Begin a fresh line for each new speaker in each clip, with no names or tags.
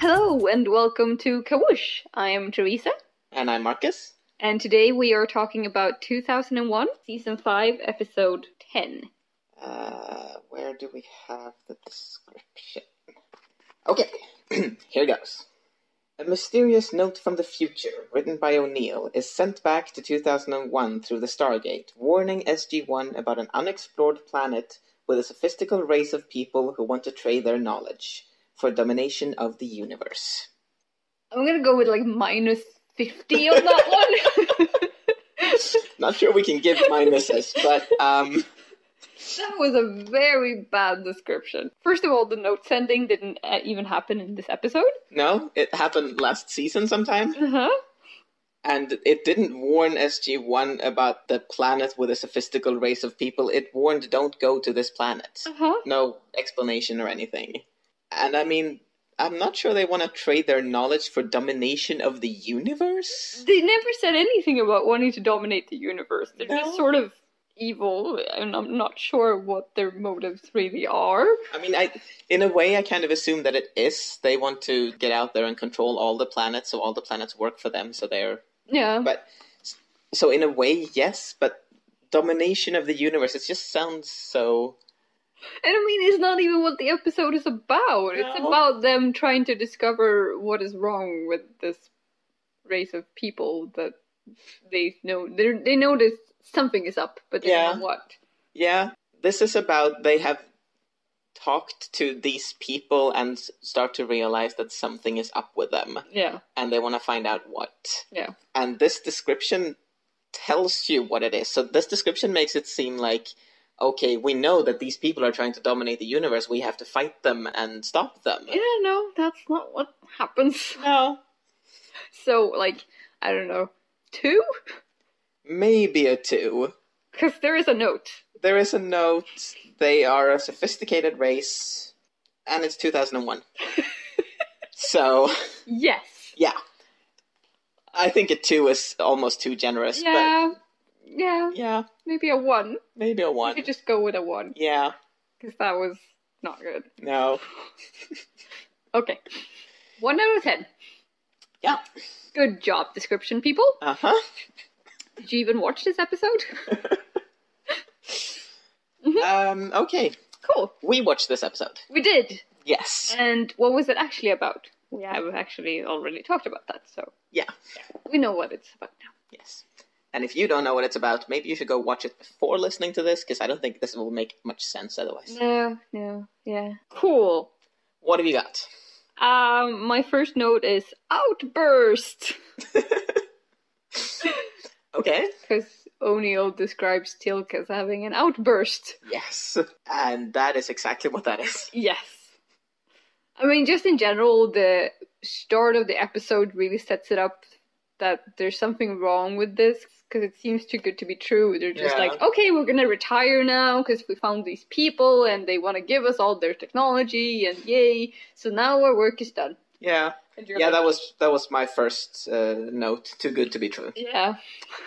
and welcome to Kawoosh. I am Teresa,
And I'm Marcus.
and today we are talking about 2001, Season 5, Episode 10.
Uh, where do we have the description? Okay, here goes. A mysterious note from the future, written by O'Neill, is sent back to 2001 through the Stargate, warning SG 1 about an unexplored planet with a sophistical race of people who want to trade their knowledge for domination of the universe.
I'm gonna go with like minus 50 on that one.
Not sure we can give minuses, but um,
that was a very bad description. First of all, the note sending didn't uh, even happen in this episode.
no, it happened last season sometime.
Uh huh.
And it didn't warn SG1 about the planet with a sophistical race of people. It warned don't go to this planet.
Uh huh.
No explanation or anything. And I mean, I'm not sure they want to trade their knowledge for domination of the universe?
They never said anything about wanting to dominate the universe. They're
No.
just sort of evil, and I'm not sure what their motives really are.
I mean, I in a way I kind of assume that it is. They want to get out there and control all the planets so all the planets work for them so they're
Yeah.
But so in a way, yes, but domination of the universe it just sounds so
And I mean, it's not even what the episode is about. It's
No.
about them trying to discover what is wrong with this race of people that they know. They they notice something is up, but they
Yeah.
don't know what.
Yeah, this is about they have talked to these people and s- start to realize that something is up with them
Yeah,
and they want to find out what.
Yeah.
And this description tells you what it is. So this description makes it seem like okay, we know that these people are trying to dominate the universe. We have to fight them and stop them.
yeah. No, that's not what happens.
No.
So, like, I don't know, two?
Maybe a 2.
Because there is a note.
There is a note. They are a sophisticated race and it's 2001. so
Yes.
Yeah. I think a two is almost too generous,
Yeah. Yeah.
but yeah,
Maybe a one.
maybe a
You
one.
could just go with a one
Yeah,
because that was not good.
no.
Okay. One out of ten.
Yeah.
Good job, description people.
Uh huh.
Did you even watch this episode? Mm-hmm.
Um, okay.
cool.
We watched this episode.
We did.
Yes.
And what was it actually about? We have actually already talked about that, so
Yeah.
we know what it's about now.
Yes. And if you don't know what it's about, maybe you should go watch it before listening to this, because I don't think this will make much sense otherwise.
No, no, yeah. Cool.
What have you got?
Um, my first note is outburst.
Okay.
Because O'Neill describes Tilk as having an outburst.
Yes. And that is exactly what that is.
Yes. I mean, just in general, the start of the episode really sets it up that there's something wrong with this because it seems too good to be true. They're just
Yeah.
like, okay, we're gonna retire now because we found these people and they want to give us all their technology and yay. So now our work is done.
Yeah.
And you're
Yeah,
like,
that was that was my first uh, note. Too good to be true.
yeah,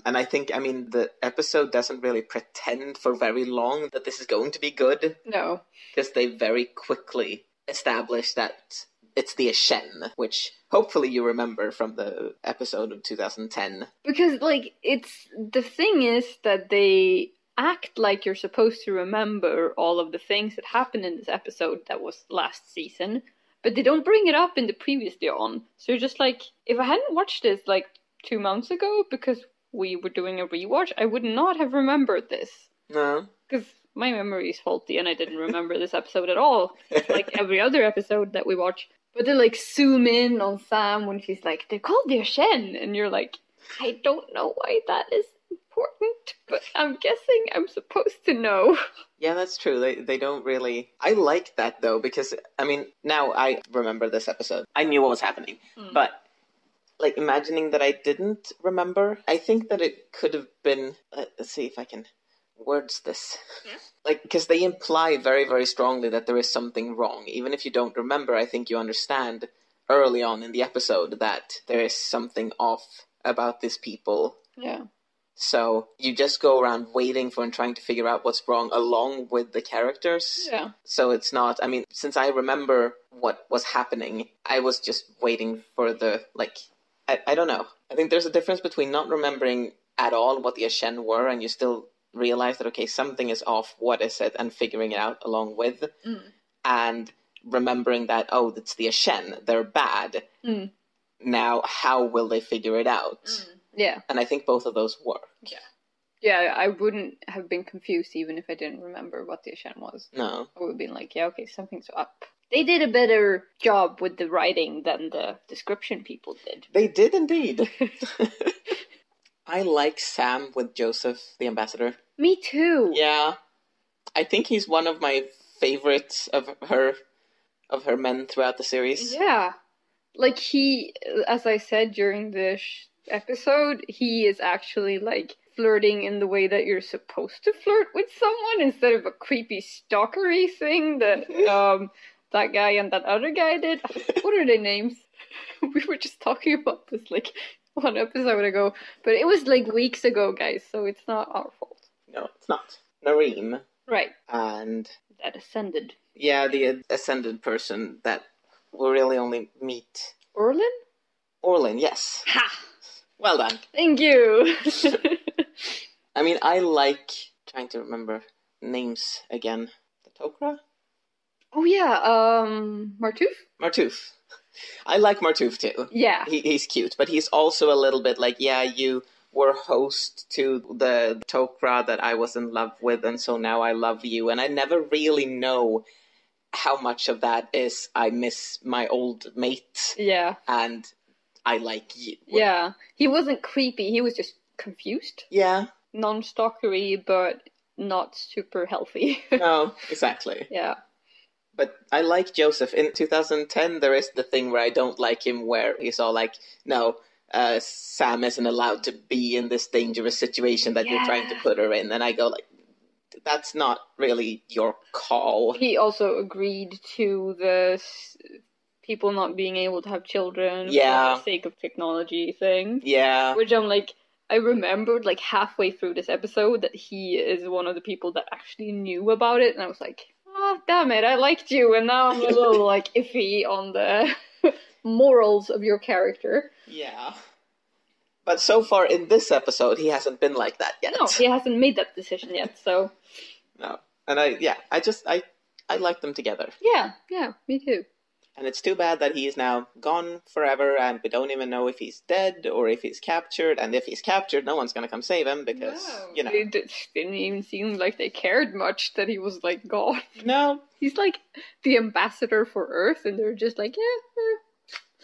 And I think, I mean, the episode doesn't really pretend for very long that this is going to be good,
no,
because they very quickly establish that it's the Ashen, which hopefully you remember from the episode of 2010.
because like it's the thing is that they act like you're supposed to remember all of the things that happened in this episode that was last season but they don't bring it up in the previously on so you're just like if i hadn't watched this like two months ago because we were doing a rewatch i would not have remembered this
No.
because my memory is faulty and i didn't remember this episode at all like every other episode that we watch but they like zoom in on sam when she's like they're called their shen and you're like i don't know why that is important but i'm guessing i'm supposed to know
Yeah, that's true. They they don't really. I like that though because I mean now I remember this episode. I knew what was happening,
Mm.
but like imagining that I didn't remember, I think that it could have been. let- Let's see if I can words this.
Yeah.
Like because they imply very very strongly that there is something wrong, even if you don't remember. I think you understand early on in the episode that there is something off about these people
yeah
So you just go around waiting for and trying to figure out what's wrong along with the characters.
Yeah.
So it's not, I mean, since I remember what was happening, I was just waiting for the, like, I, I don't know. I think there's a difference between not remembering at all what the Ashen were and you still realize that, okay, something is off, what is it, and figuring it out along with,
Mm.
and remembering that, oh, it's the Ashen, they're bad.
Mm.
Now, how will they figure it out?
Yeah.
And I think both of those work.
Yeah, I wouldn't have been confused even if I didn't remember what the Ashen was.
No.
I would have been like, yeah, okay, something's up. They did a better job with the writing than the description people did.
They did indeed. I like Sam with Joseph, the ambassador.
Me too.
Yeah. I think he's one of my favorites of her of her men throughout the series.
Yeah. Like he as I said during this sh- episode, he is actually like flirting in the way that you're supposed to flirt with someone instead of a creepy stalkery thing that um that guy and that other guy did. What are their names? We were just talking about this like one episode ago, but it was like weeks ago, guys, so it's not our fault.
No, it's not. Nareem
Right.
and
That ascended.
yeah, the ascended person that we really only meet.
Orlin?
Orlin, yes.
Ha!
Well done.
Thank you.
I mean, I like trying to remember names again. The Tokra?
oh yeah, um Martouf?
Martouf. I like Martouf too.
Yeah.
he, he's cute, but he's also a little bit like, yeah, you were host to the Tokra that I was in love with, and so now I love you. And I never really know how much of that is I miss my old mate
Yeah.
and I like you.
Yeah. He wasn't creepy, he was just confused.
Yeah,
Non stalkery, but not super healthy.
no, exactly.
yeah.
But I like Joseph. In 2010, there is the thing where I don't like him, where he's all like, no, uh, Sam isn't allowed to be in this dangerous situation that you're trying to
Yeah.
put her in. And I go, like, that's not really your call.
He also agreed to the s- people not being able to have children
Yeah.
for the sake of technology thing.
Yeah.
Which I'm like, I remembered like halfway through this episode that he is one of the people that actually knew about it, and I was like, oh, damn it, I liked you, and now I'm a little like iffy on the morals of your character.
Yeah. But so far in this episode, he hasn't been like that yet.
No, he hasn't made that decision yet. So
No. And I, yeah, I just, I, I like them together.
yeah, yeah, me too.
And it's too bad that he is now gone forever, and we don't even know if he's dead or if he's captured. And if he's captured, no one's gonna come save him because you know.
it it didn't even seem like they cared much that he was like gone.
No,
He's like the ambassador for Earth, and they're just like, yeah,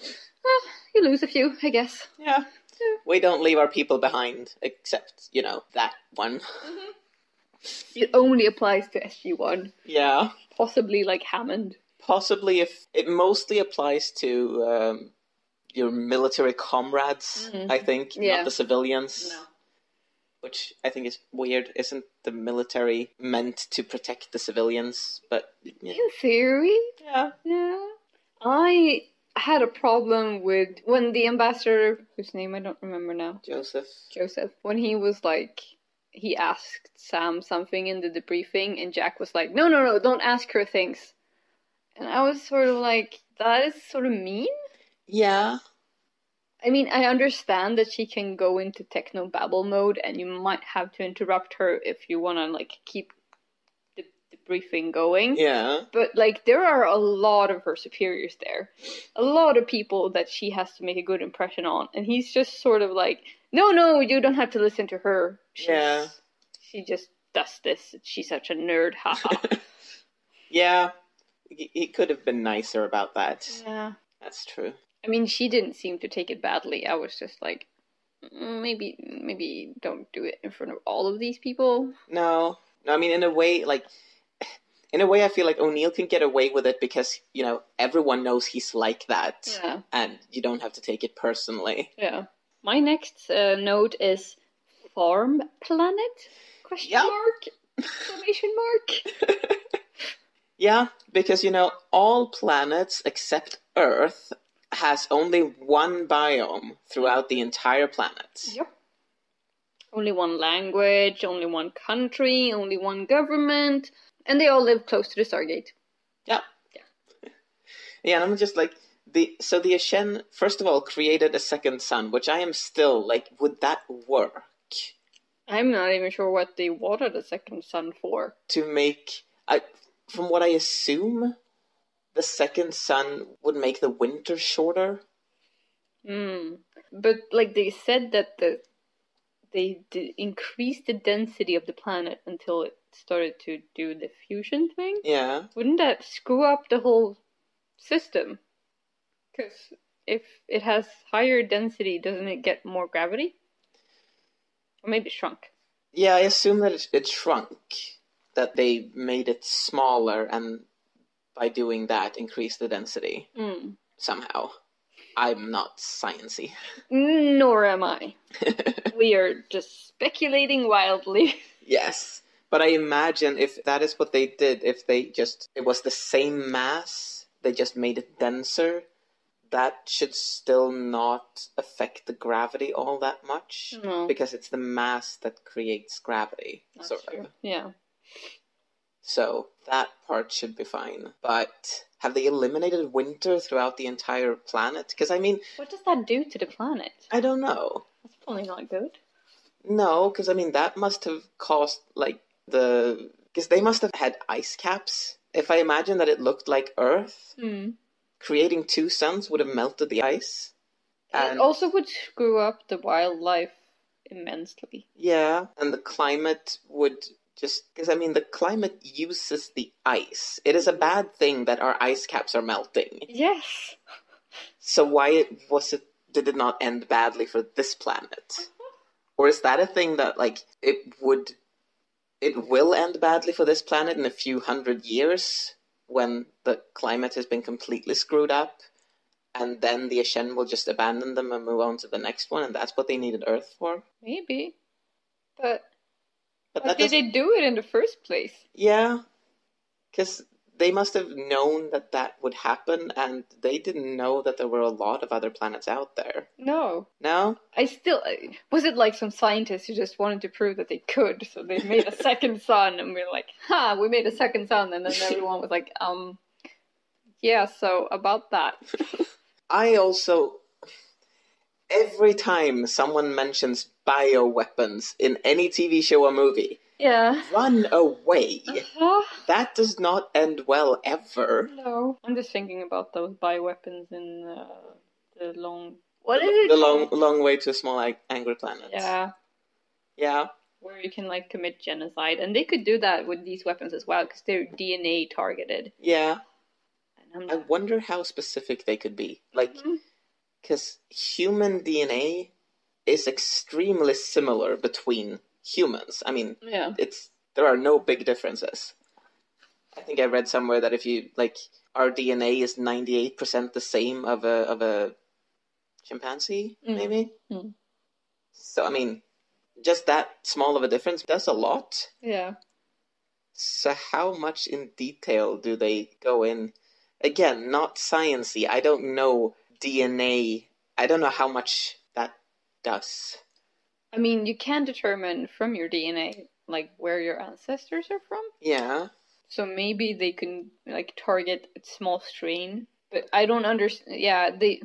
eh, well, you lose a few, I guess.
yeah,
Yeah.
we don't leave our people behind, except you know that one.
It only applies to SG One,
Yeah,
possibly like Hammond.
possibly if it mostly applies to um, your military comrades,
Mhm.
I think,
Yeah.
not the civilians. Which I think is weird. Isn't the military meant to protect the civilians? But yeah,
In theory,
yeah.
Yeah. I had a problem with when the ambassador, whose name I don't remember now,
Joseph.
Joseph, when he was like, he asked Sam something in the debriefing, and Jack was like, no, no, no, don't ask her things. And I was sort of like, that is sort of mean.
Yeah.
I mean, I understand that she can go into techno babble mode, and you might have to interrupt her if you want to like keep the debriefing going.
Yeah.
But like there are a lot of her superiors there. A lot of people that she has to make a good impression on. And he's just sort of like, No, no, you don't have to listen to her. She's,
Yeah.
She just does this. She's such a nerd, haha.
Yeah, he he could have been nicer about that.
yeah.
That's true.
I mean she didn't seem to take it badly. I was just like "Mm, maybe maybe don't do it in front of all of these people.
No, no. I mean, in a way, like, in a way, I feel like O'Neill can get away with it because you know everyone knows he's like that,
Yeah.
and you don't have to take it personally.
Yeah. My next uh, note is farm planet? Question
Yeah.
mark? Exclamation mark?
Yeah, because you know all planets except Earth has only one biome throughout the entire planet.
Yep. Only one language, only one country, only one government, and they all live close to the Stargate.
Yeah.
Yeah.
Yeah, and I'm just like the so the Ashen first of all created a second sun, which I am still like, would that work
I'm not even sure what they water the second sun for.
to make? I from what I assume, the second sun would make the winter shorter.
Mm. But like they said that the they d- increased the density of the planet until it started to do the fusion thing.
Yeah,
Wouldn't that screw up the whole system? Because if it has higher density, doesn't it get more gravity? Or maybe shrunk.
yeah. I assume that it, it shrunk, that they made it smaller, and by doing that, increased the density
Mm.
somehow. I'm not sciency.
Nor am I. we are just speculating wildly.
Yes. But I imagine if that is what they did, if they just, it was the same mass, they just made it denser, that should still not affect the gravity all that much.
No.
Because it's the mass that creates gravity,
Not
sort
sure.
of.
Yeah.
So that part should be fine. But have they eliminated winter throughout the entire planet? Because I mean,
What does that do to the planet?
I don't know.
That's probably not good.
No, because I mean that must have caused like the because they must have had ice caps. If I imagine that it looked like Earth,
Mm.
creating two suns would have melted the ice.
it
And
also would screw up the wildlife immensely.
yeah, and the climate would just because I mean the climate uses the ice. It is a bad thing that our ice caps are melting.
Yes.
So why it was it did it not end badly for this planet? Or is that a thing that like it would it will end badly for this planet in a few hundred years when the climate has been completely screwed up and then the Ashen will just abandon them and move on to the next one and that's what they needed Earth for?
Maybe. But
But
why
that
did
does
they do it in the first place?
yeah cuz they must have known that that would happen and they didn't know that there were a lot of other planets out there.
No.
No?
I still. I- Was it like some scientists who just wanted to prove that they could? So they made a second sun, and we are like, ha, we made a second sun. And then everyone was like, um, yeah, so about that.
I also every time someone mentions bioweapons in any TV show or movie,
Yeah.
run away.
Huh?
That does not end well ever.
No. I'm just thinking about those bioweapons in uh, the long. What
the,
is it?
The long long way to a small ang- angry planet.
Yeah,
Yeah.
where you can like commit genocide, and they could do that with these weapons as well because they're DNA targeted.
Yeah.
And I'm
I
like,
wonder how specific they could be. Like
Mhm.
cuz human DNA is extremely similar between humans. I mean,
yeah,
it's there are no big differences. I think I read somewhere that if you like our DNA is ninety eight percent the same of a of a chimpanzee,
Mm.
maybe.
Mm.
So I mean, just that small of a difference does a lot.
yeah,
So how much in detail do they go in? Again, not sciency. I don't know DNA. I don't know how much that does.
I mean, you can determine from your DNA like where your ancestors are from,
Yeah.
so maybe they can like target a small strain. But I don't understand. Yeah, they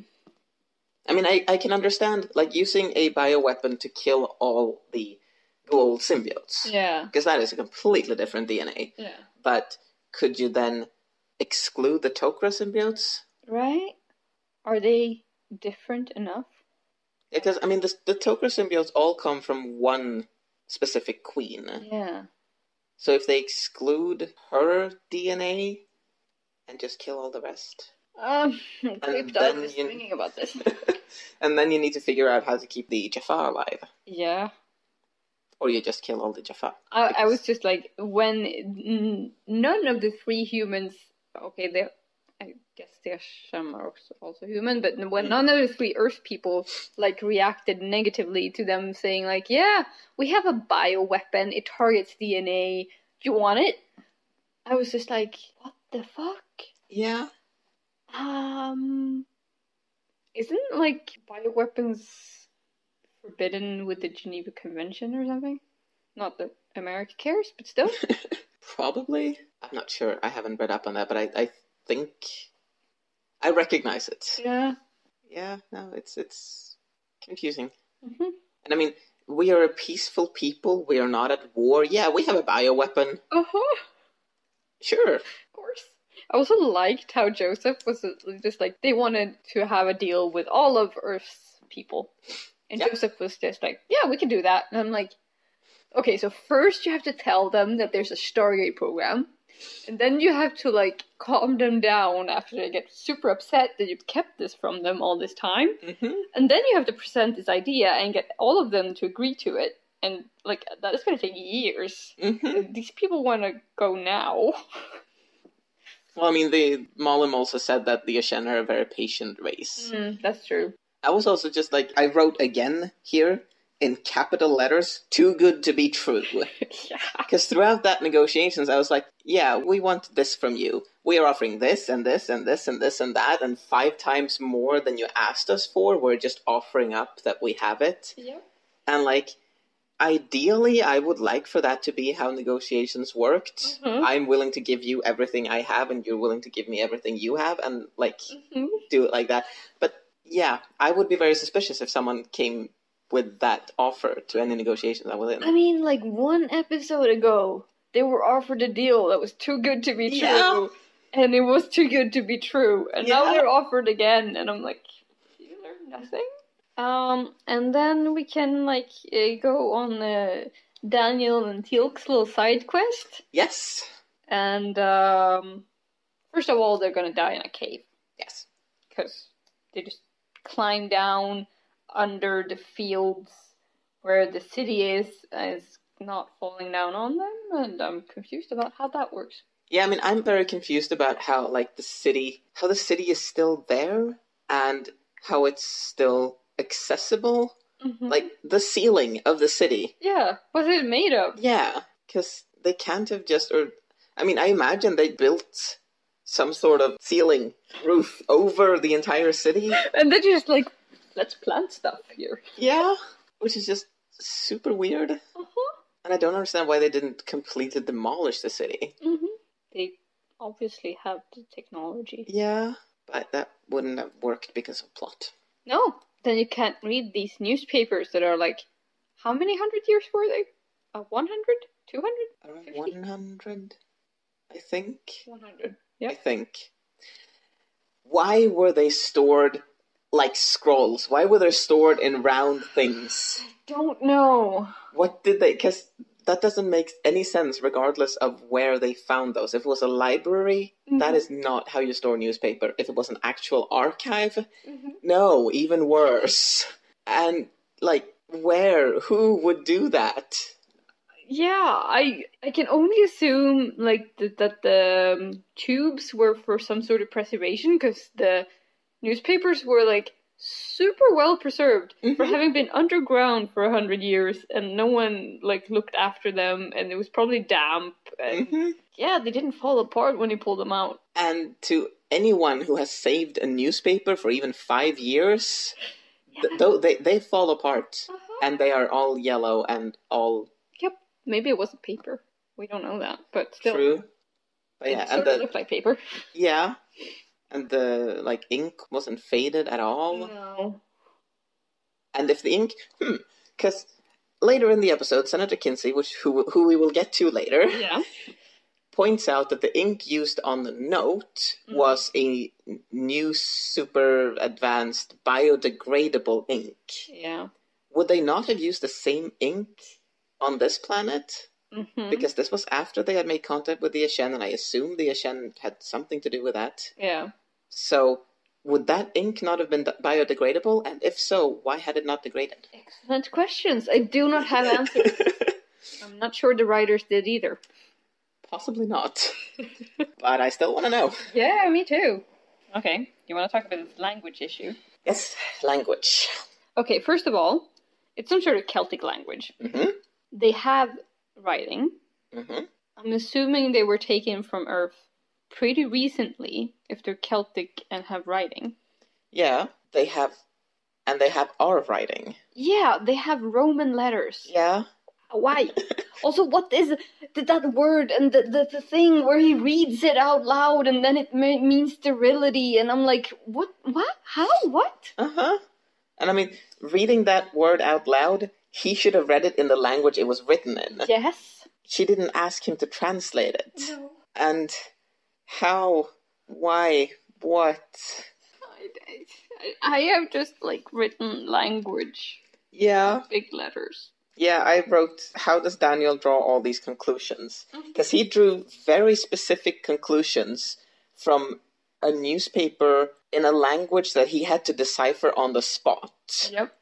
I mean, I, I can understand, like, using a bioweapon to kill all the gold symbiotes.
yeah
Because that is a completely different DNA.
yeah
But could you then exclude the Tok'ra symbiotes?
right. Are they different enough?
Because, I mean, the, the Tok'ra symbiotes all come from one specific queen.
Yeah.
So if they exclude her DNA and just kill all the rest.
Um, creeped out
then
just
you-
thinking about this.
and then you need to figure out how to keep the Jafar alive.
yeah.
Or you just kill all the Jafar.
I, I was just like when n- none of the three humans okay they I guess they're some are also- also human but when
Mm.
none of the three earth people like reacted negatively to them saying like yeah we have a bioweapon it targets DNA you want it I was just like what the fuck
Yeah.
um isn't like bioweapons for forbidden with the Geneva Convention or something? Not that America cares, but still.
Probably. I'm not sure. I haven't read up on that, but I, I think I recognize it.
yeah.
Yeah, no, it's it's confusing.
hmm
And I mean, we are a peaceful people. We are not at war. Yeah, we have a bioweapon.
Uh-huh.
Sure.
Of course. I also liked how Joseph was just like they wanted to have a deal with all of Earth's people, and
Yeah.
Joseph was just like, "Yeah, we can do that." And I'm like, "Okay, so first you have to tell them that there's a Stargate program, and then you have to like calm them down after they get super upset that you've kept this from them all this time,
hmm
and then you have to present this idea and get all of them to agree to it, and like that is going to take years.
hmm
These people want to go now."
Well, I mean, the Malum also said that the Ashen are a very patient race.
Mm, that's true.
I was also just like, I wrote again here in capital letters, too good to be true.
yeah.
Because throughout that negotiations, I was like, yeah, we want this from you. We are offering this and this and this and this and that, and five times more than you asked us for. We're just offering up that we have it.
Yep.
And like, ideally, I would like for that to be how negotiations worked.
Mhm.
I'm willing to give you everything I have, and you're willing to give me everything you have, and like,
hmm
do it like that. But yeah, I would be very suspicious if someone came with that offer to any negotiations I was in.
I mean, like one episode ago, they were offered a deal that was too good to be true,
Yeah.
and it was too good to be true, and now
Yeah.
they're offered again, and I'm like, you learn nothing. Um, and then we can like uh, go on uh, Daniel and Teal'c's little side quest,
yes,
and um, first of all, they're gonna die in a cave.
yes,
because they just climb down under the fields where the city is and it's not falling down on them and i'm confused about how that works
yeah. I mean, I'm very confused about how like the city, how the city is still there, and how it's still accessible.
mm-hmm.
Like the ceiling of the city.
yeah what's it made of
Yeah, because they can't have just, or I mean, I imagine they built some sort of ceiling roof over the entire city.
and then you're just like let's plant stuff here
Yeah, which is just super weird. And
uh-huh.
I don't understand why they didn't completely demolish the city.
mm-hmm. they obviously have the technology
Yeah, but that wouldn't have worked because of plot.
no then you can't read these newspapers that are like how many hundred years were they uh, 100 200
Around
Fifty.
100, I think.
100
I
yeah
think. Why were they stored like scrolls? Why were they stored in round things?
don't know
What did they? Because that doesn't make any sense, regardless of where they found those. If it was a library, that
Mhm.
is not how you store newspaper. If it was an actual archive,
mm-hmm.
no, even worse. And like, where? Who would do that?
Yeah, I I can only assume like th- that the um, tubes were for some sort of preservation because the newspapers were like super well preserved for
Mhm.
having been underground for a hundred years and no one like looked after them and it was probably damp and
Mhm.
yeah, they didn't fall apart when you pulled them out.
And to anyone who has saved a newspaper for even five years, th- though they they fall apart
Uh-huh.
and they are all yellow and all
Yep, maybe it wasn't paper. We don't know that, but still,
true. But
it
yeah,
sort
and
of
the
looked like paper.
Yeah. And the like ink wasn't faded at all.
No.
And if the ink, hmm, because later in the episode, Senator Kinsey, which who who we will get to later,
Yeah.
points out that the ink used on the note
Mhm.
was a new super advanced biodegradable ink.
Yeah.
Would they not have used the same ink on this planet?
hmm
Because this was after they had made contact with the Ashen, and I assume the Ashen had something to do with that.
Yeah.
So, would that ink not have been biodegradable? And if so, why had it not degraded?
Excellent questions. I do not have answers. I'm not sure the writers did either.
Possibly not. but I still want to know.
Yeah, me too. Okay, you want to talk about this language issue?
Yes, language.
Okay, first of all, it's some sort of Celtic language.
Mhm.
They have writing. Mm-hmm.
Mhm.
I'm assuming they were taken from Earth pretty recently, if they're Celtic and have writing.
Yeah, they have and they have our writing.
Yeah, they have Roman letters.
Yeah.
Why? also, what is th- that word and the, the, the thing where he reads it out loud and then it ma- means sterility? And I'm like, what? What? How? What?
Uh huh. And I mean, reading that word out loud, he should have read it in the language it was written in.
Yes.
She didn't ask him to translate it. And how? Why? What?
I, I- I have just like written language,
Yeah.
big letters.
Yeah, I wrote, how does Daniel draw all these conclusions? Because he drew very specific conclusions from a newspaper in a language that he had to decipher on the spot,
Yep.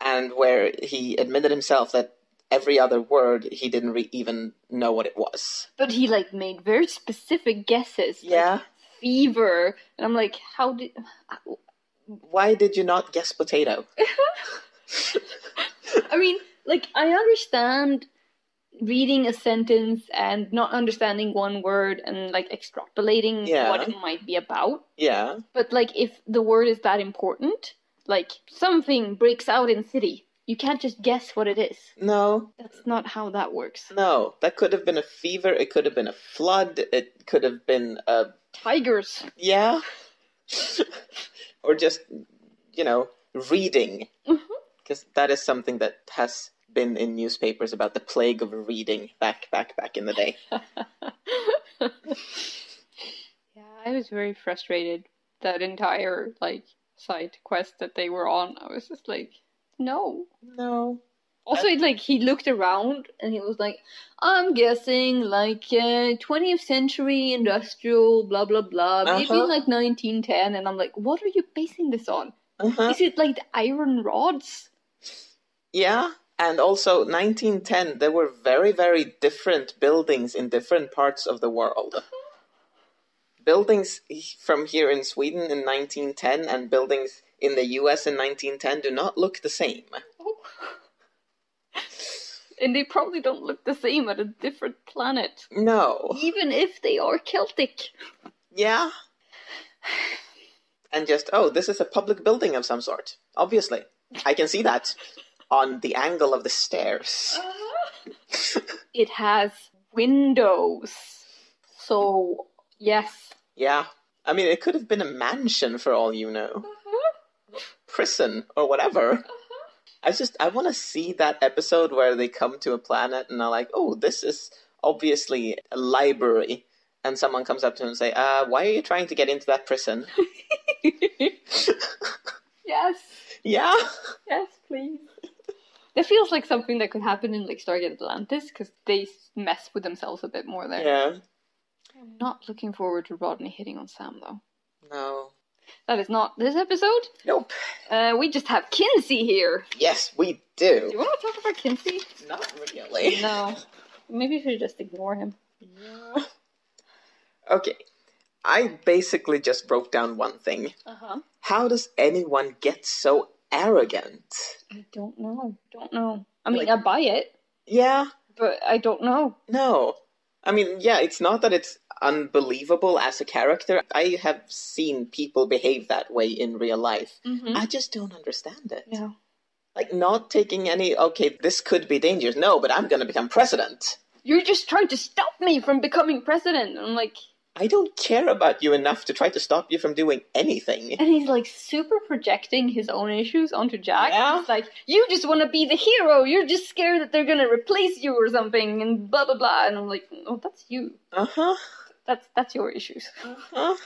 and where he admitted himself that every other word he didn't re- even know what it was.
But he like made very specific guesses. like,
Yeah.
fever, and I'm like, how did?
Why did you not guess potato?
I mean, like, I understand reading a sentence and not understanding one word and like extrapolating
Yeah.
what it might be about.
Yeah.
But like, if the word is that important, like something breaks out in city, you can't just guess what it is.
No,
That's not how that works.
no. That could have been a fever. It could have been a flood. It could have been a
Tigers.
Yeah. or just, you know, reading.
Mhm.
Because is something that has been in newspapers about the plague of reading back, back, back in the day.
Yeah, I was very frustrated that entire like side quest that they were on. I was just like, no.
No.
Also, it, like he looked around and he was like, "I'm guessing like uh, 20th century industrial, blah blah blah, maybe
Uh-huh.
like 1910." And I'm like, "What are you basing this on?
Uh-huh.
Is it like the iron rods?"
Yeah. And also, 1910, there were very, very different buildings in different parts of the world. Buildings from here in Sweden in 1910 and buildings in the US in 1910 do not look the same.
And they probably don't look the same at a different planet,
No.
even if they are Celtic.
Yeah. And just, oh, this is a public building of some sort. Obviously. I can see that on the angle of the stairs. Uh-huh.
it has windows, so yes,
Yeah. I mean, it could have been a mansion for all you know. Prison or whatever. I just, I want to see that episode where they come to a planet and are like, oh, this is obviously a library. And someone comes up to him and say, uh, why are you trying to get into that prison?
yes,
yeah.
yes, please. That feels like something that could happen in like Stargate Atlantis because they mess with themselves a bit more there.
Yeah.
I'm not looking forward to Rodney hitting on Sam though.
No.
That is not this episode.
Nope.
Uh, we just have Kinsey here.
Yes, we
Do you
do.
want to talk about Kinsey?
Not really.
No. Maybe we should just ignore him.
Okay. I basically just broke down one thing.
Uh huh.
How does anyone get so arrogant?
I don't know. Don't know. I mean,
Like-
I buy it,
Yeah,
but I don't know.
no. I mean, yeah, it's not that it's unbelievable as a character. I have seen people behave that way in real life.
Mm-hmm.
I just don't understand it.
No.
Like, not taking any, okay, this could be dangerous. No, but I'm going to become president.
You're just trying to stop me from becoming president. I'm like,
I don't care about you enough to try to stop you from doing anything.
and he's like super projecting his own issues onto Jack.
Yeah.
He's like, you just want to be the hero. You're just scared that they're gonna replace you or something, and blah blah blah. And I'm like, oh, that's you.
Uh huh.
That's that's your issues.
Huh? Uh-huh.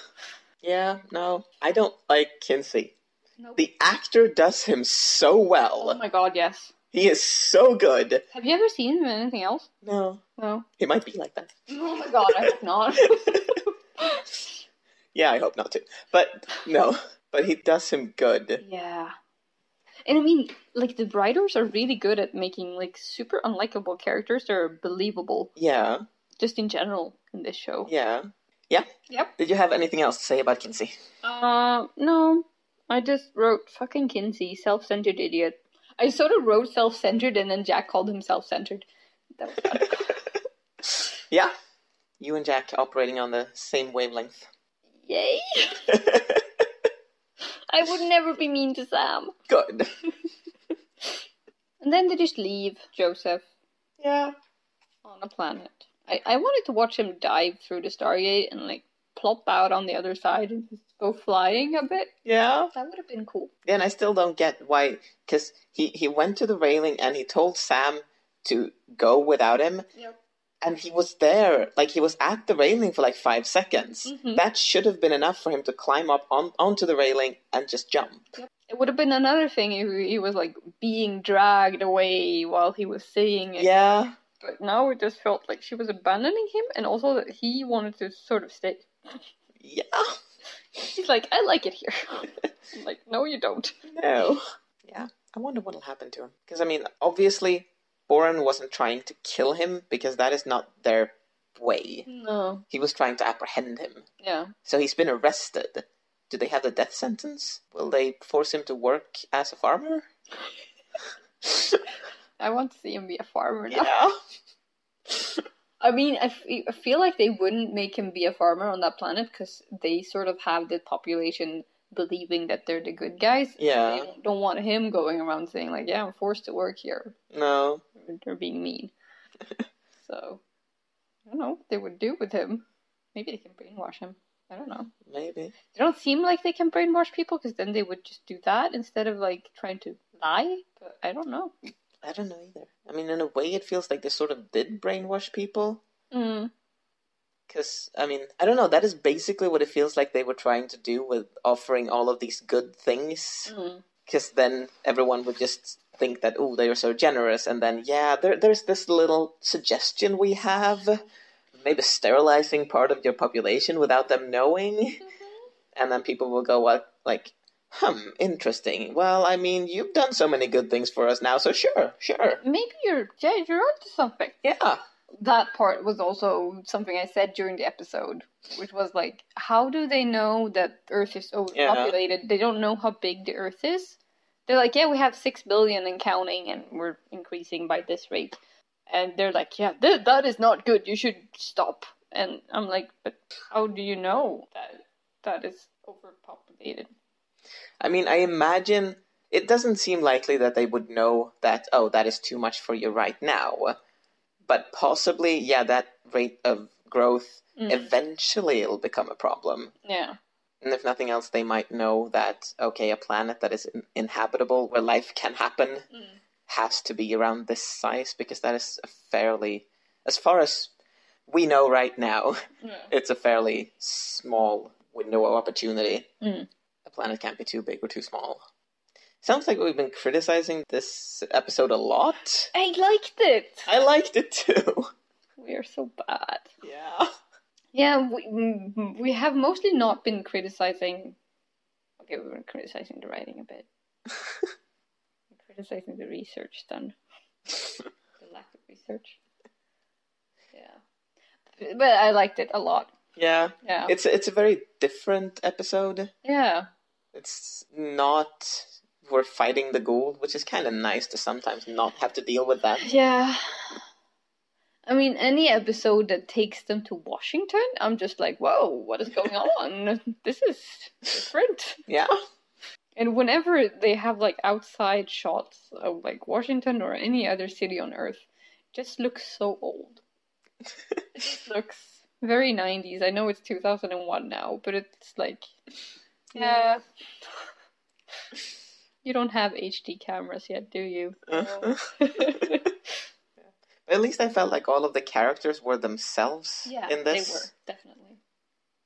Yeah, no. I don't like Kinsey.
Nope.
The actor does him so
Oh
well.
my god, yes.
He is so good.
Have you ever seen him in anything else?
No.
No.
He might be like that.
Oh my god, I hope not.
Yeah, I hope not to. But no. But he does him good.
yeah. And I mean, like the writers are really good at making like super unlikable characters that are believable,
Yeah,
just in general in this show.
yeah.
Yep.
Did you have anything else to say about Kinsey?
Uh, no. I just wrote fucking Kinsey, self centered idiot. I sort of wrote self centered and then Jack called him self centered. That was bad.
Yeah. You and Jack operating on the same wavelength.
Yay! I would never be mean to Sam.
Good.
And then they just leave Joseph
Yeah.
on a planet. I, I wanted to watch him dive through the Stargate and like plop out on the other side and just go flying a bit.
Yeah.
That would have been cool.
Then I still don't get why, because he, he went to the railing and he told Sam to go without him,
Yep.
and he was there. Like, he was at the railing for like five seconds.
Mhm.
That should have been enough for him to climb up on, onto the railing and just jump.
It would have been another thing if he was like being dragged away while he was saying it.
Yeah.
But now it just felt like she was abandoning him and also that he wanted to sort of stay.
Yeah.
She's like, I like it here. I'm like, no, you don't.
No. Yeah. I wonder what'll happen to him. Because, I mean, obviously, Boren wasn't trying to kill him, because that is not their way.
No.
He was trying to apprehend him.
Yeah.
So he's been arrested. Do they have the death sentence? Will they force him to work as a farmer?
I want to see him be a farmer now.
Yeah.
I mean, I, f- I feel like they wouldn't make him be a farmer on that planet because they sort of have the population believing that they're the good guys. They
Yeah.
don't- don't want him going around saying, like, yeah, I'm forced to work here.
No.
or They're being mean. so, I don't know what they would do with him. Maybe they can brainwash him. I don't know.
Maybe.
They don't seem like they can brainwash people because then they would just do that instead of, like, trying to lie. But I don't know.
I don't know either. I mean, in a way, it feels like they sort of did brainwash people.
Mm.
Because, I mean, I don't know. That is basically what it feels like they were trying to do with offering all of these good things.
Mm.
Because then everyone would just think that, oh, they are so generous. And then, yeah, there, there's this little suggestion we have. Maybe sterilizing part of your population without them knowing. and then people will go like, like hmm interesting well i mean you've done so many good things for us now so sure sure
Maybe you're, yeah, you're onto something.
yeah
that part was also something I said during the episode, which was like, how do they know that Earth is overpopulated? They don't know how big the Earth is. They're like, yeah, we have six billion and counting, and we're increasing by this rate. And they're like, yeah, th- that is not good. You should stop. And I'm like, but how do you know that that is overpopulated?
i mean i imagine it doesn't seem likely that they would know that oh that is too much for you right now but possibly yeah that rate of growth
Mm.
eventually it'll become a problem
Yeah.
and if nothing else they might know that okay a planet that is in- inhabitable where life can happen
Mm.
has to be around this size because that is a fairly, as far as we know right now,
Yeah.
it's a fairly small window of opportunity.
Mm.
A planet can't be too big or too small. Sounds like we've been criticizing this episode a lot.
I liked it.
I liked it too.
We are so bad.
Yeah.
Yeah, we mm, we have mostly not been criticizing. Okay, we've been criticizing the writing a bit, criticizing the research done, the lack of research. Yeah, but I liked it a lot.
Yeah.
Yeah,
It's it's a very different episode.
yeah,
It's not we're fighting the ghoul, which is kind of nice to sometimes not have to deal with that.
yeah. I mean, any episode that takes them to Washington, I'm just like, whoa, what is going on? This is different.
Yeah.
And whenever they have like outside shots of like Washington or any other city on Earth, it just looks so old. it just looks very 90s. I know it's 2001 now, but it's like, yeah. you don't have HD cameras yet, do you? No.
At least I felt like all of the characters were themselves
yeah,
in
they were
this.
definitely.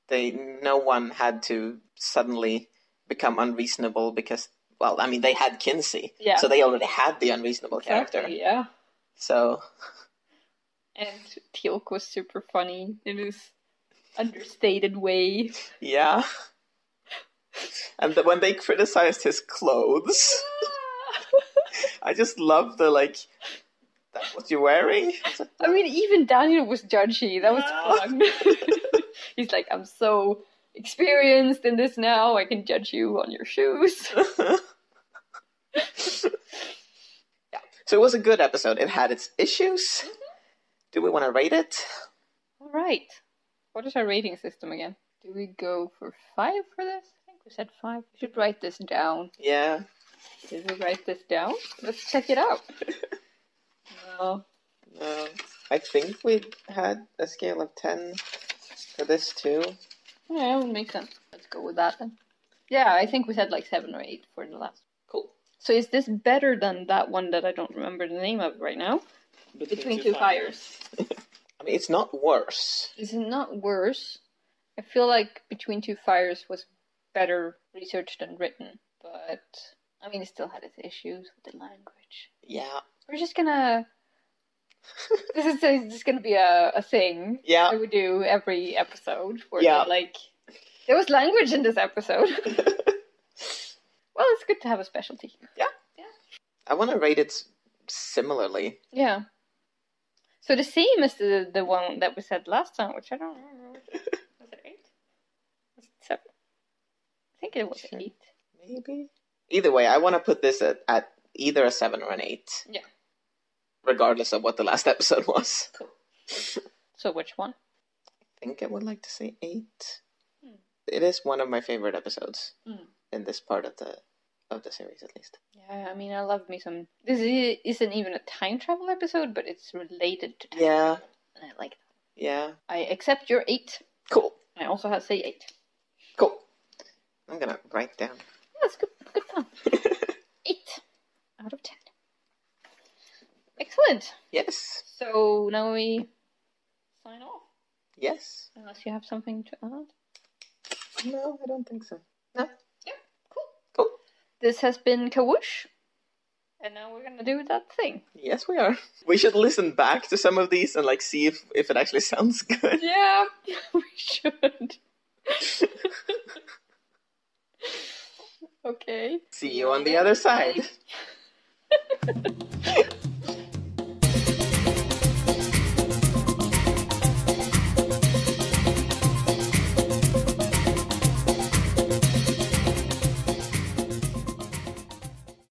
They, no one had to suddenly become unreasonable because well, I mean they had Kinsey.
Yeah.
So they already had the unreasonable character.
Exactly, yeah.
So
And Teal'c was super funny in his understated way.
yeah. And the, when they criticized his clothes, I just love the like that's what you're wearing? It's like,
I mean, even Daniel was judgy. That was
Yeah.
fun. He's like, I'm so experienced in this now. I can judge you on your shoes.
yeah. So it was a good episode. It had its issues. Do we want to rate it?
All right. What is our rating system again? Do we go for five for this? I think I said five. We should write this down.
Yeah.
Did we write this down? Let's check it out. no.
No. um, I think we had a scale of 10 for this too.
Yeah, that would make sense. Let's go with that then. Yeah, I think we said like seven or eight for the last.
Cool.
So is this better than that one that I don't remember the name of right now? Between Two Fires.
I mean, it's not worse.
Is it not worse? I feel like Between Two Fires was better researched and written, but I mean, it still had its issues with the language.
Yeah.
We're just gonna. this is this is gonna be a, a thing
Yeah.
that we do every episode where
Uh, Yeah.
we, like there was language in this episode. well, it's good to have a specialty.
I want to rate it s- similarly.
Yeah. So the same as the the one that we said last time, which I don't remember. was it eight? Was it seven? I think it was
Sure.
eight.
Maybe. Either way, I want to put this at, at either a 7 or an 8.
Yeah.
Regardless of what the last episode was.
So which one?
I think I would like to say 8.
Hmm.
It is one of my favorite episodes
Hmm.
in this part of the of the series at least.
Yeah, I mean, I love me some. This i- isn't even a time travel episode, but it's related to time.
Yeah.
and I like that.
Yeah.
I accept your eight.
Cool.
I also have to say eight.
Cool. I'm gonna write down.
That's good. Good fun. eight out of ten. Excellent.
Yes.
So now we sign off.
Yes.
Unless you have something to add.
No, I don't think so.
Cool.
Cool.
This has been Kawoosh. And now we're gonna do that thing.
Yes, we are. We should listen back to some of these and like see if if it actually sounds good.
Yeah, we should. okay.
See you on the other side.